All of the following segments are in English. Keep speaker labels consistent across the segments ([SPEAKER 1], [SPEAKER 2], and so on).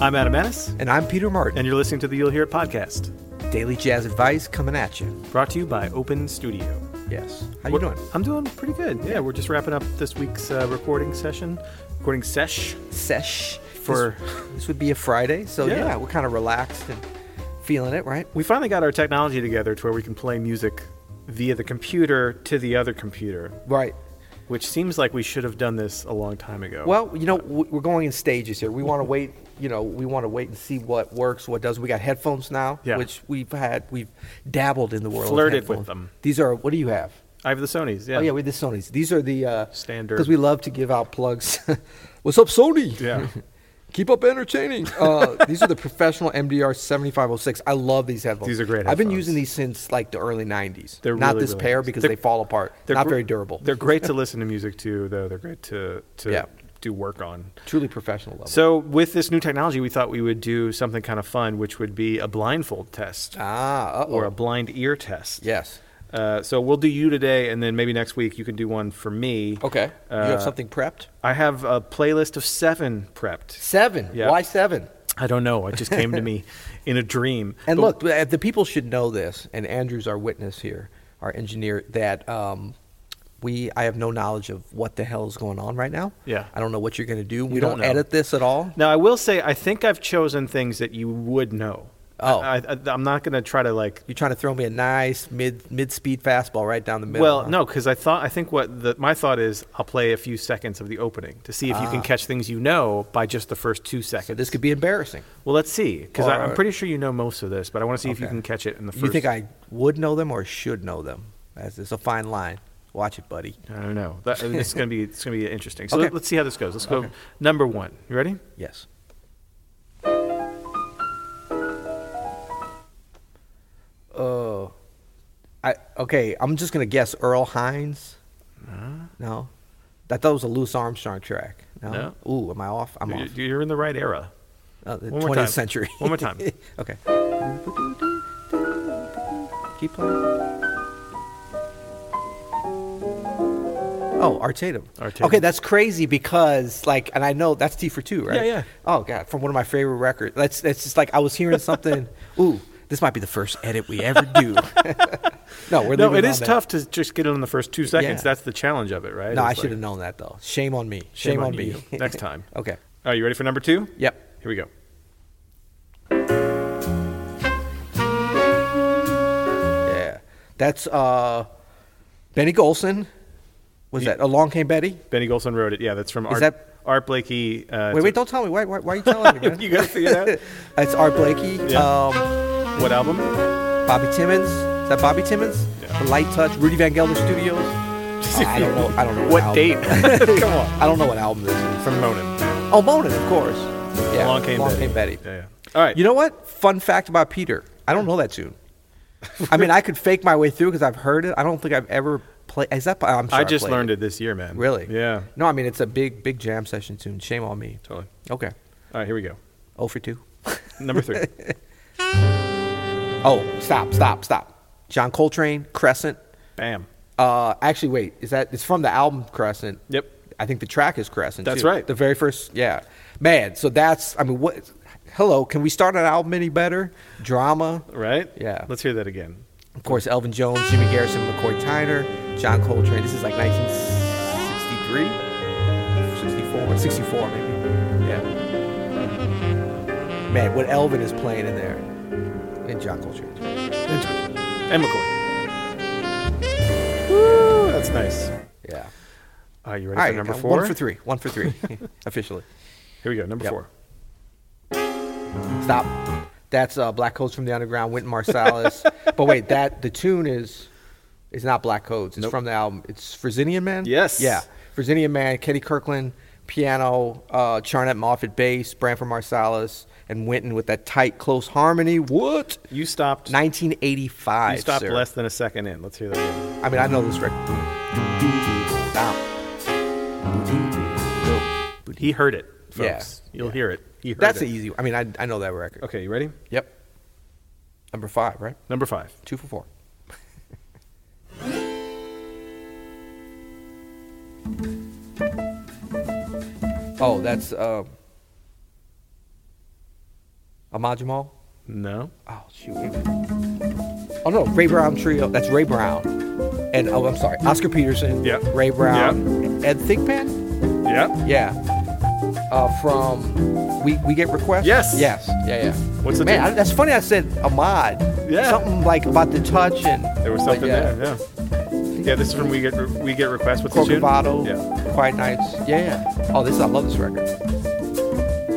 [SPEAKER 1] I'm Adam Ennis,
[SPEAKER 2] And I'm Peter Martin.
[SPEAKER 1] and you're listening to the You'll Hear It podcast,
[SPEAKER 2] Daily Jazz Advice coming at you.
[SPEAKER 1] brought to you by Open Studio.
[SPEAKER 2] Yes. How you
[SPEAKER 1] We're-
[SPEAKER 2] doing?
[SPEAKER 1] I'm doing pretty good. Yeah, we're just wrapping up this week's uh, recording session, recording sesh.
[SPEAKER 2] Sesh.
[SPEAKER 1] For-
[SPEAKER 2] this, this would be a Friday, so
[SPEAKER 1] Yeah.
[SPEAKER 2] yeah. we're kind of relaxed and feeling it, right?
[SPEAKER 1] We finally got our technology together to where we can play music via the computer to the other computer,
[SPEAKER 2] Right.
[SPEAKER 1] which seems like we should have done this a long time ago.
[SPEAKER 2] Well, you know, w- we're going in stages here. We want to wait. You know, we want to wait and see what works, what doesn't. We got headphones now,
[SPEAKER 1] Yeah.
[SPEAKER 2] which we've had. We've dabbled in the world. of
[SPEAKER 1] Flirted with
[SPEAKER 2] headphones.
[SPEAKER 1] them.
[SPEAKER 2] These are. What do you have?
[SPEAKER 1] I have the Sony's. Yeah.
[SPEAKER 2] Oh yeah, we did Sony's. These are the uh,
[SPEAKER 1] Standard.
[SPEAKER 2] because we love to give out plugs. What's up, Sony?
[SPEAKER 1] Yeah.
[SPEAKER 2] Keep up entertaining. Uh, these are the professional MDR seventy five hundred oh six. I love these headphones.
[SPEAKER 1] These are great
[SPEAKER 2] I've been
[SPEAKER 1] headphones.
[SPEAKER 2] using these since like the early nineties.
[SPEAKER 1] They're
[SPEAKER 2] not
[SPEAKER 1] really,
[SPEAKER 2] this
[SPEAKER 1] really
[SPEAKER 2] pair
[SPEAKER 1] nice.
[SPEAKER 2] because
[SPEAKER 1] They're-
[SPEAKER 2] they fall apart.
[SPEAKER 1] They're
[SPEAKER 2] not
[SPEAKER 1] gr-
[SPEAKER 2] very durable.
[SPEAKER 1] They're great to listen to music to, though. They're great to to
[SPEAKER 2] Yeah.
[SPEAKER 1] do work on.
[SPEAKER 2] truly professional level.
[SPEAKER 1] So with this new technology, we thought we would do something kind of fun, which would be a blindfold test
[SPEAKER 2] ah, uh-oh.
[SPEAKER 1] or a blind ear test.
[SPEAKER 2] yes.
[SPEAKER 1] Uh, so we'll do you today, and then maybe next week you can do one for me.
[SPEAKER 2] Okay. you
[SPEAKER 1] Uh,
[SPEAKER 2] have something prepped?
[SPEAKER 1] I have a playlist of seven prepped.
[SPEAKER 2] Seven.
[SPEAKER 1] Yeah.
[SPEAKER 2] Why seven?
[SPEAKER 1] I don't know. It just came to me in a dream.
[SPEAKER 2] And
[SPEAKER 1] But-
[SPEAKER 2] look, uh, the people should know this, and Andrew's our witness here, our engineer, that um, we I have no knowledge of what the hell is going on right now.
[SPEAKER 1] Yeah.
[SPEAKER 2] I don't know what you're going to do. We
[SPEAKER 1] don't
[SPEAKER 2] don't,
[SPEAKER 1] know.
[SPEAKER 2] edit this at all.
[SPEAKER 1] Now I will say I think I've chosen things that you would know.
[SPEAKER 2] Oh.
[SPEAKER 1] I, I, I'm not going to try to like.
[SPEAKER 2] You're trying to throw me a nice mid mid speed fastball right down the middle.
[SPEAKER 1] well,
[SPEAKER 2] huh?
[SPEAKER 1] no, because I thought I think what the, my thought is I'll play a few seconds of the opening to see if you can catch things you know by just the first two seconds.
[SPEAKER 2] Ah. So this could be embarrassing.
[SPEAKER 1] well, let's see because I'm
[SPEAKER 2] Alright.
[SPEAKER 1] pretty sure you know most of this, but I want to see if you
[SPEAKER 2] Okay.
[SPEAKER 1] can catch it in the first.
[SPEAKER 2] You think I would know them or should know them? That's it's a fine line. Watch it, buddy.
[SPEAKER 1] I don't know. That, it's going to be it's going to be interesting. So
[SPEAKER 2] Okay.
[SPEAKER 1] let, us see how this goes. Let's go number one. You ready?
[SPEAKER 2] Yes. Oh, I okay. I'm just gonna guess Earl Hines. No, I thought it was a Louis Armstrong track. No. Ooh, am I off? I'm
[SPEAKER 1] You're,
[SPEAKER 2] off.
[SPEAKER 1] you're in the right era.
[SPEAKER 2] Uh, the
[SPEAKER 1] one more
[SPEAKER 2] 20th
[SPEAKER 1] time.
[SPEAKER 2] century.
[SPEAKER 1] One more time.
[SPEAKER 2] okay. Keep playing. Oh, Art Tatum.
[SPEAKER 1] Art Tatum.
[SPEAKER 2] Okay, that's crazy because like, and I know that's T for two, right?
[SPEAKER 1] Yeah, yeah.
[SPEAKER 2] Oh god, from one of my favorite records. That's that's just like I was hearing something. Ooh, this might be the first edit we ever do. no, we're
[SPEAKER 1] No,
[SPEAKER 2] leaving
[SPEAKER 1] it
[SPEAKER 2] on
[SPEAKER 1] is
[SPEAKER 2] that.
[SPEAKER 1] tough to just get it in the first two seconds.
[SPEAKER 2] Yeah.
[SPEAKER 1] That's the challenge of it, right?
[SPEAKER 2] No, I
[SPEAKER 1] It's
[SPEAKER 2] should have
[SPEAKER 1] like,
[SPEAKER 2] known that though. Shame on me. Shame,
[SPEAKER 1] Shame
[SPEAKER 2] on,
[SPEAKER 1] on
[SPEAKER 2] me.
[SPEAKER 1] you. Next time.
[SPEAKER 2] okay.
[SPEAKER 1] Are you ready for number two?
[SPEAKER 2] Yep.
[SPEAKER 1] Here we go.
[SPEAKER 2] Yeah. That's uh Benny Golson. Was that Along Came Betty?
[SPEAKER 1] Benny Golson wrote it. Yeah, that's from Art,
[SPEAKER 2] that-
[SPEAKER 1] Art Blakey. Uh,
[SPEAKER 2] Wait, wait, don't tell me. Why, why, why are you telling me, man?
[SPEAKER 1] you got to figure that.
[SPEAKER 2] That's Art Blakey.
[SPEAKER 1] Yeah. out. What album?
[SPEAKER 2] Um, Bobby Timmons. Is that Bobby Timmons?
[SPEAKER 1] Yeah.
[SPEAKER 2] The Light Touch. Rudy Van Gelder Studios. Oh, I don't know. I don't know
[SPEAKER 1] What
[SPEAKER 2] album.
[SPEAKER 1] date? Come on.
[SPEAKER 2] I don't know what album this is.
[SPEAKER 1] From Monin.
[SPEAKER 2] Oh, Monin, of course. Yeah.
[SPEAKER 1] Along Came Betty. Yeah, yeah. All right.
[SPEAKER 2] You know what? Fun fact about Peter. I don't know that tune. I mean, I could fake my way through because I've heard it. I don't think I've ever played. Is that? I'm sure
[SPEAKER 1] I just
[SPEAKER 2] played
[SPEAKER 1] learned it this year, man.
[SPEAKER 2] Really?
[SPEAKER 1] Yeah.
[SPEAKER 2] No, I mean it's a big, big jam session tune. Shame on me.
[SPEAKER 1] Totally.
[SPEAKER 2] Okay.
[SPEAKER 1] All right, here we go.
[SPEAKER 2] Oh for two.
[SPEAKER 1] Number three.
[SPEAKER 2] Oh, stop, stop, stop. John Coltrane, Crescent.
[SPEAKER 1] Bam.
[SPEAKER 2] Uh, actually, wait. Is that? It's from the album Crescent.
[SPEAKER 1] Yep.
[SPEAKER 2] I think the track is Crescent.
[SPEAKER 1] That's
[SPEAKER 2] too.
[SPEAKER 1] right.
[SPEAKER 2] The very first. Yeah. Man. So that's. I mean, what? Hello. Can we start an album any better? Drama.
[SPEAKER 1] Right?
[SPEAKER 2] Yeah.
[SPEAKER 1] Let's hear that again.
[SPEAKER 2] Of course, Elvin Jones, Jimmy Garrison, McCoy Tyner, John Coltrane. This is like 1963, 64, 64 maybe. Yeah. Man, what Elvin is playing in there, and John Coltrane.
[SPEAKER 1] And McCoy. Woo, that's nice.
[SPEAKER 2] Yeah.
[SPEAKER 1] All right, you ready
[SPEAKER 2] All right,
[SPEAKER 1] for number
[SPEAKER 2] okay,
[SPEAKER 1] four?
[SPEAKER 2] One for three. One for three, officially.
[SPEAKER 1] Here we go. Number
[SPEAKER 2] Yep.
[SPEAKER 1] four.
[SPEAKER 2] Stop. That's uh, Black Codes from the Underground, Wynton Marsalis. but wait, that the tune is is not Black Codes. It's
[SPEAKER 1] Nope.
[SPEAKER 2] from the album. It's Frisinian Man.
[SPEAKER 1] Yes.
[SPEAKER 2] Yeah. Frisinian Man. Kenny Kirkland, piano. Uh, Charnette Moffitt, bass. Branford Marsalis and Wynton with that tight, close harmony. What?
[SPEAKER 1] You stopped.
[SPEAKER 2] 1985.
[SPEAKER 1] you stopped
[SPEAKER 2] sir.
[SPEAKER 1] less than a second in. Let's hear that again.
[SPEAKER 2] I mean, I know this record. Stop.
[SPEAKER 1] He heard it,
[SPEAKER 2] Yeah.
[SPEAKER 1] folks. You'll hear it. He heard
[SPEAKER 2] That's
[SPEAKER 1] it.
[SPEAKER 2] an easy. one. I mean, I I know that record.
[SPEAKER 1] Okay, you ready?
[SPEAKER 2] Yep. Number five, right?
[SPEAKER 1] Number five.
[SPEAKER 2] Two for four. uh, oh, that's um, Ahmad Jamal?
[SPEAKER 1] No.
[SPEAKER 2] Oh shoot. Oh no, Ray Brown trio. That's Ray Brown. And oh, I'm sorry, Oscar Peterson.
[SPEAKER 1] Yeah.
[SPEAKER 2] Ray Brown. Ed Thigpen.
[SPEAKER 1] Yeah.
[SPEAKER 2] Yeah. Uh, from we we get requests.
[SPEAKER 1] Yes.
[SPEAKER 2] Yes. Yeah. Yeah.
[SPEAKER 1] What's the
[SPEAKER 2] man?
[SPEAKER 1] name?
[SPEAKER 2] I, that's funny. I said Ahmad.
[SPEAKER 1] Yeah.
[SPEAKER 2] Something like about the touch and
[SPEAKER 1] There was
[SPEAKER 2] but
[SPEAKER 1] something
[SPEAKER 2] yeah.
[SPEAKER 1] there. Yeah. Yeah. This is from we get we get requests with the tune.
[SPEAKER 2] Corcovado.
[SPEAKER 1] Yeah.
[SPEAKER 2] Quiet Nights. Yeah. yeah. Oh, this I love this record.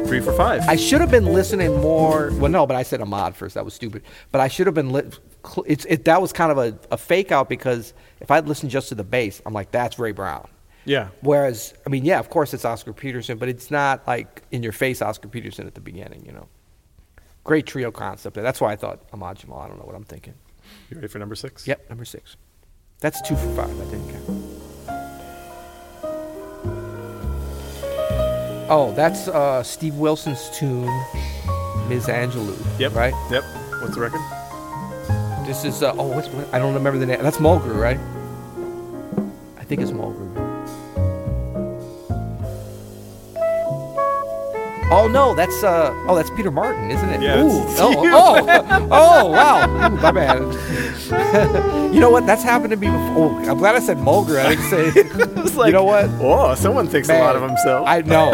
[SPEAKER 1] Three for five.
[SPEAKER 2] I should have been listening more. Well, no, but I said Ahmad first. That was stupid. But I should have been. Li- cl- it's it. That was kind of a, a fake out because if I'd listened just to the bass, I'm like, that's Ray Brown.
[SPEAKER 1] yeah.
[SPEAKER 2] Whereas, I mean, yeah, of course it's Oscar Peterson, but it's not like in your face Oscar Peterson at the beginning, you know. Great trio concept. That's why I thought Ahmad Jamal. I don't know what I'm thinking.
[SPEAKER 1] You ready for number six?
[SPEAKER 2] Yep, number six. That's two for five. I didn't count. Oh, that's uh, Steve Wilson's tune, Ms. Angelou.
[SPEAKER 1] Yep.
[SPEAKER 2] Right?
[SPEAKER 1] Yep. What's the record?
[SPEAKER 2] This is, uh, oh, what's, what, I don't remember the name. That's Mulgrew, right? I think it's Mulgrew. Oh no, that's uh, oh that's Peter Martin, isn't it?
[SPEAKER 1] Yeah,
[SPEAKER 2] Ooh,
[SPEAKER 1] it's-
[SPEAKER 2] oh, oh, oh, wow, Ooh, my bad. you know what? That's happened to me before. Oh, I'm glad I said Mulgrew. I didn't say.
[SPEAKER 1] It's
[SPEAKER 2] You know what?
[SPEAKER 1] Oh, someone thinks a lot of
[SPEAKER 2] Man,
[SPEAKER 1] himself.
[SPEAKER 2] I know.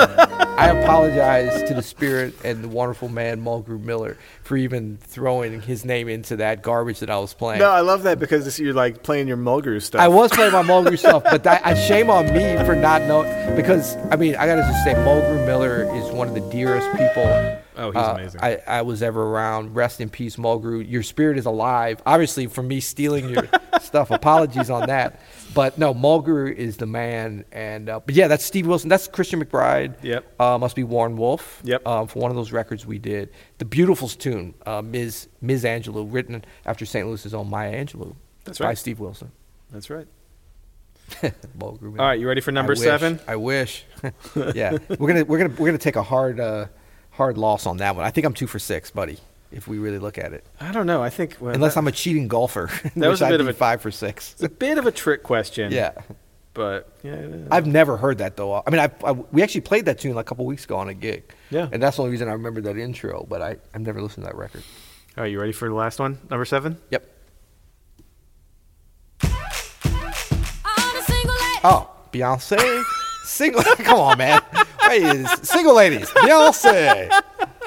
[SPEAKER 2] I apologize to the spirit and the wonderful man Mulgrew Miller for even throwing his name into that garbage that I was playing.
[SPEAKER 1] no, I love that because this, you're like playing your Mulgrew stuff.
[SPEAKER 2] I was playing my Mulgrew stuff, but that, I shame on me for not knowing because I mean I gotta just say Mulgrew Miller is one of the dearest people. uh,
[SPEAKER 1] Oh, he's amazing.
[SPEAKER 2] I, I was ever around. Rest in peace, Mulgrew. Your spirit is alive. Obviously, for me stealing your stuff, apologies on that. But no, Mulgrew is the man. And uh, but yeah, that's Steve Wilson. That's Christian McBride.
[SPEAKER 1] Yep.
[SPEAKER 2] Uh, must be Warren Wolf.
[SPEAKER 1] Yep.
[SPEAKER 2] Uh, for one of those records we did, the Beautiful's tune, uh, Ms. Ms. Angelou, written after St. Louis's own Maya Angelou.
[SPEAKER 1] That's
[SPEAKER 2] By
[SPEAKER 1] right.
[SPEAKER 2] Steve Wilson.
[SPEAKER 1] That's right.
[SPEAKER 2] Ball groove.
[SPEAKER 1] All right, you ready for
[SPEAKER 2] I
[SPEAKER 1] number
[SPEAKER 2] wish,
[SPEAKER 1] seven?
[SPEAKER 2] I wish. yeah, we're gonna we're gonna we're gonna take a hard uh, hard loss on that one. I think I'm two for six, buddy. If we really look at it,
[SPEAKER 1] I don't know. I think well,
[SPEAKER 2] unless
[SPEAKER 1] that-
[SPEAKER 2] I'm a cheating golfer,
[SPEAKER 1] That was
[SPEAKER 2] which
[SPEAKER 1] a
[SPEAKER 2] I'd
[SPEAKER 1] bit of
[SPEAKER 2] be
[SPEAKER 1] a-
[SPEAKER 2] five for six.
[SPEAKER 1] it's a bit of a trick question.
[SPEAKER 2] yeah,
[SPEAKER 1] but yeah,
[SPEAKER 2] I've never heard that though. I mean, I, I we actually played that tune like a couple weeks ago on a gig.
[SPEAKER 1] Yeah.
[SPEAKER 2] and that's the only reason I remember that intro. But I I've never listened to that record.
[SPEAKER 1] All right, Oh, you ready for the last one? Number seven?
[SPEAKER 2] Yep.
[SPEAKER 3] On a single leg.
[SPEAKER 2] Oh, Beyonce, single. come on, man. Wait, it's- single ladies, Beyonce,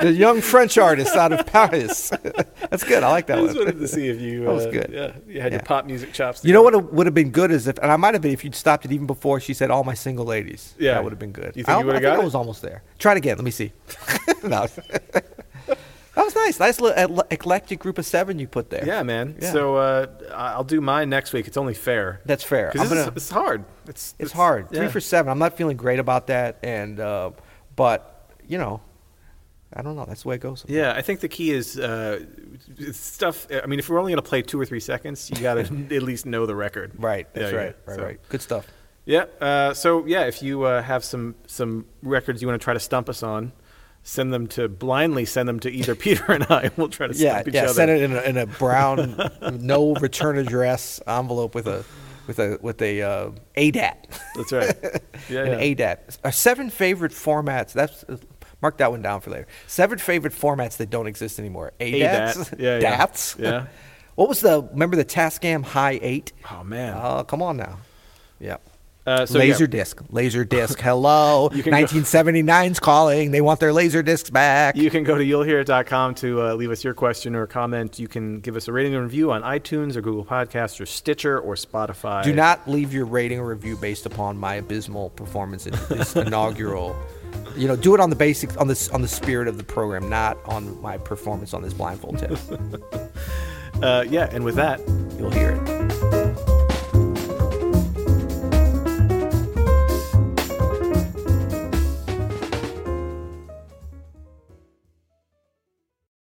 [SPEAKER 2] the young French artist out of Paris. That's good. I like that
[SPEAKER 1] I just
[SPEAKER 2] one.
[SPEAKER 1] wanted to see if you
[SPEAKER 2] That was
[SPEAKER 1] uh,
[SPEAKER 2] good.
[SPEAKER 1] Yeah, you had your
[SPEAKER 2] Yeah.
[SPEAKER 1] pop music chops.
[SPEAKER 2] You know what would have been good is if, and I might have been if you'd stopped it even before she said all my single ladies.
[SPEAKER 1] Yeah.
[SPEAKER 2] that would have been good.
[SPEAKER 1] You think
[SPEAKER 2] I
[SPEAKER 1] you
[SPEAKER 2] don't-
[SPEAKER 1] would have
[SPEAKER 2] I think
[SPEAKER 1] got
[SPEAKER 2] I
[SPEAKER 1] it?
[SPEAKER 2] was almost there. Try it again. Let me see. no. that was nice. Nice little eclectic group of seven you put there.
[SPEAKER 1] Yeah, man.
[SPEAKER 2] Yeah.
[SPEAKER 1] So uh, I- I'll do mine next week. It's only fair.
[SPEAKER 2] That's fair.
[SPEAKER 1] Because
[SPEAKER 2] I'm
[SPEAKER 1] it's,
[SPEAKER 2] gonna-
[SPEAKER 1] it's hard. It's
[SPEAKER 2] It's hard.
[SPEAKER 1] yeah.
[SPEAKER 2] Three for seven. I'm not feeling great about that, and uh, but you know, I don't know. That's the way it goes.
[SPEAKER 1] Yeah, I think the key is uh, it's stuff. I mean, if we're only going to play two or three seconds, you got to at least know the record.
[SPEAKER 2] Right. That's
[SPEAKER 1] Yeah, yeah,
[SPEAKER 2] right. Right.
[SPEAKER 1] so.
[SPEAKER 2] Right. Good stuff.
[SPEAKER 1] Yeah. Uh, so yeah, if you uh, have some some records you want to try to stump us on, send them to blindly send them to either Peter and I. We'll try to
[SPEAKER 2] Yeah.
[SPEAKER 1] stump each
[SPEAKER 2] yeah.
[SPEAKER 1] other.
[SPEAKER 2] Send it in a, in a brown, no return address envelope with a with a with a uh, ADAT.
[SPEAKER 1] That's right. Yeah.
[SPEAKER 2] An
[SPEAKER 1] yeah.
[SPEAKER 2] ADAT. Uh, seven favorite formats. That's. Uh, Mark that one down for later. Seven favorite formats that don't exist anymore. ADATs,
[SPEAKER 1] ADAT. Yeah, yeah.
[SPEAKER 2] DATs.
[SPEAKER 1] Yeah.
[SPEAKER 2] what was the? Remember the Tascam High Eight?
[SPEAKER 1] Oh man.
[SPEAKER 2] Oh, come on now. Yeah.
[SPEAKER 1] Uh, so, yeah.
[SPEAKER 2] laser disc, laser disc. Hello,
[SPEAKER 1] You can go-
[SPEAKER 2] 1979's calling. They want their laser discs back.
[SPEAKER 1] You can go to you'llhear.com to uh, leave us your question or comment. You can give us a rating and review on iTunes or Google Podcasts or Stitcher or Spotify.
[SPEAKER 2] Do not leave your rating or review based upon my abysmal performance in this inaugural. You know, do it on the basic, on the on the spirit of the program, not on my performance on this blindfold test.
[SPEAKER 1] Uh, yeah, and with that,
[SPEAKER 2] You'll hear it.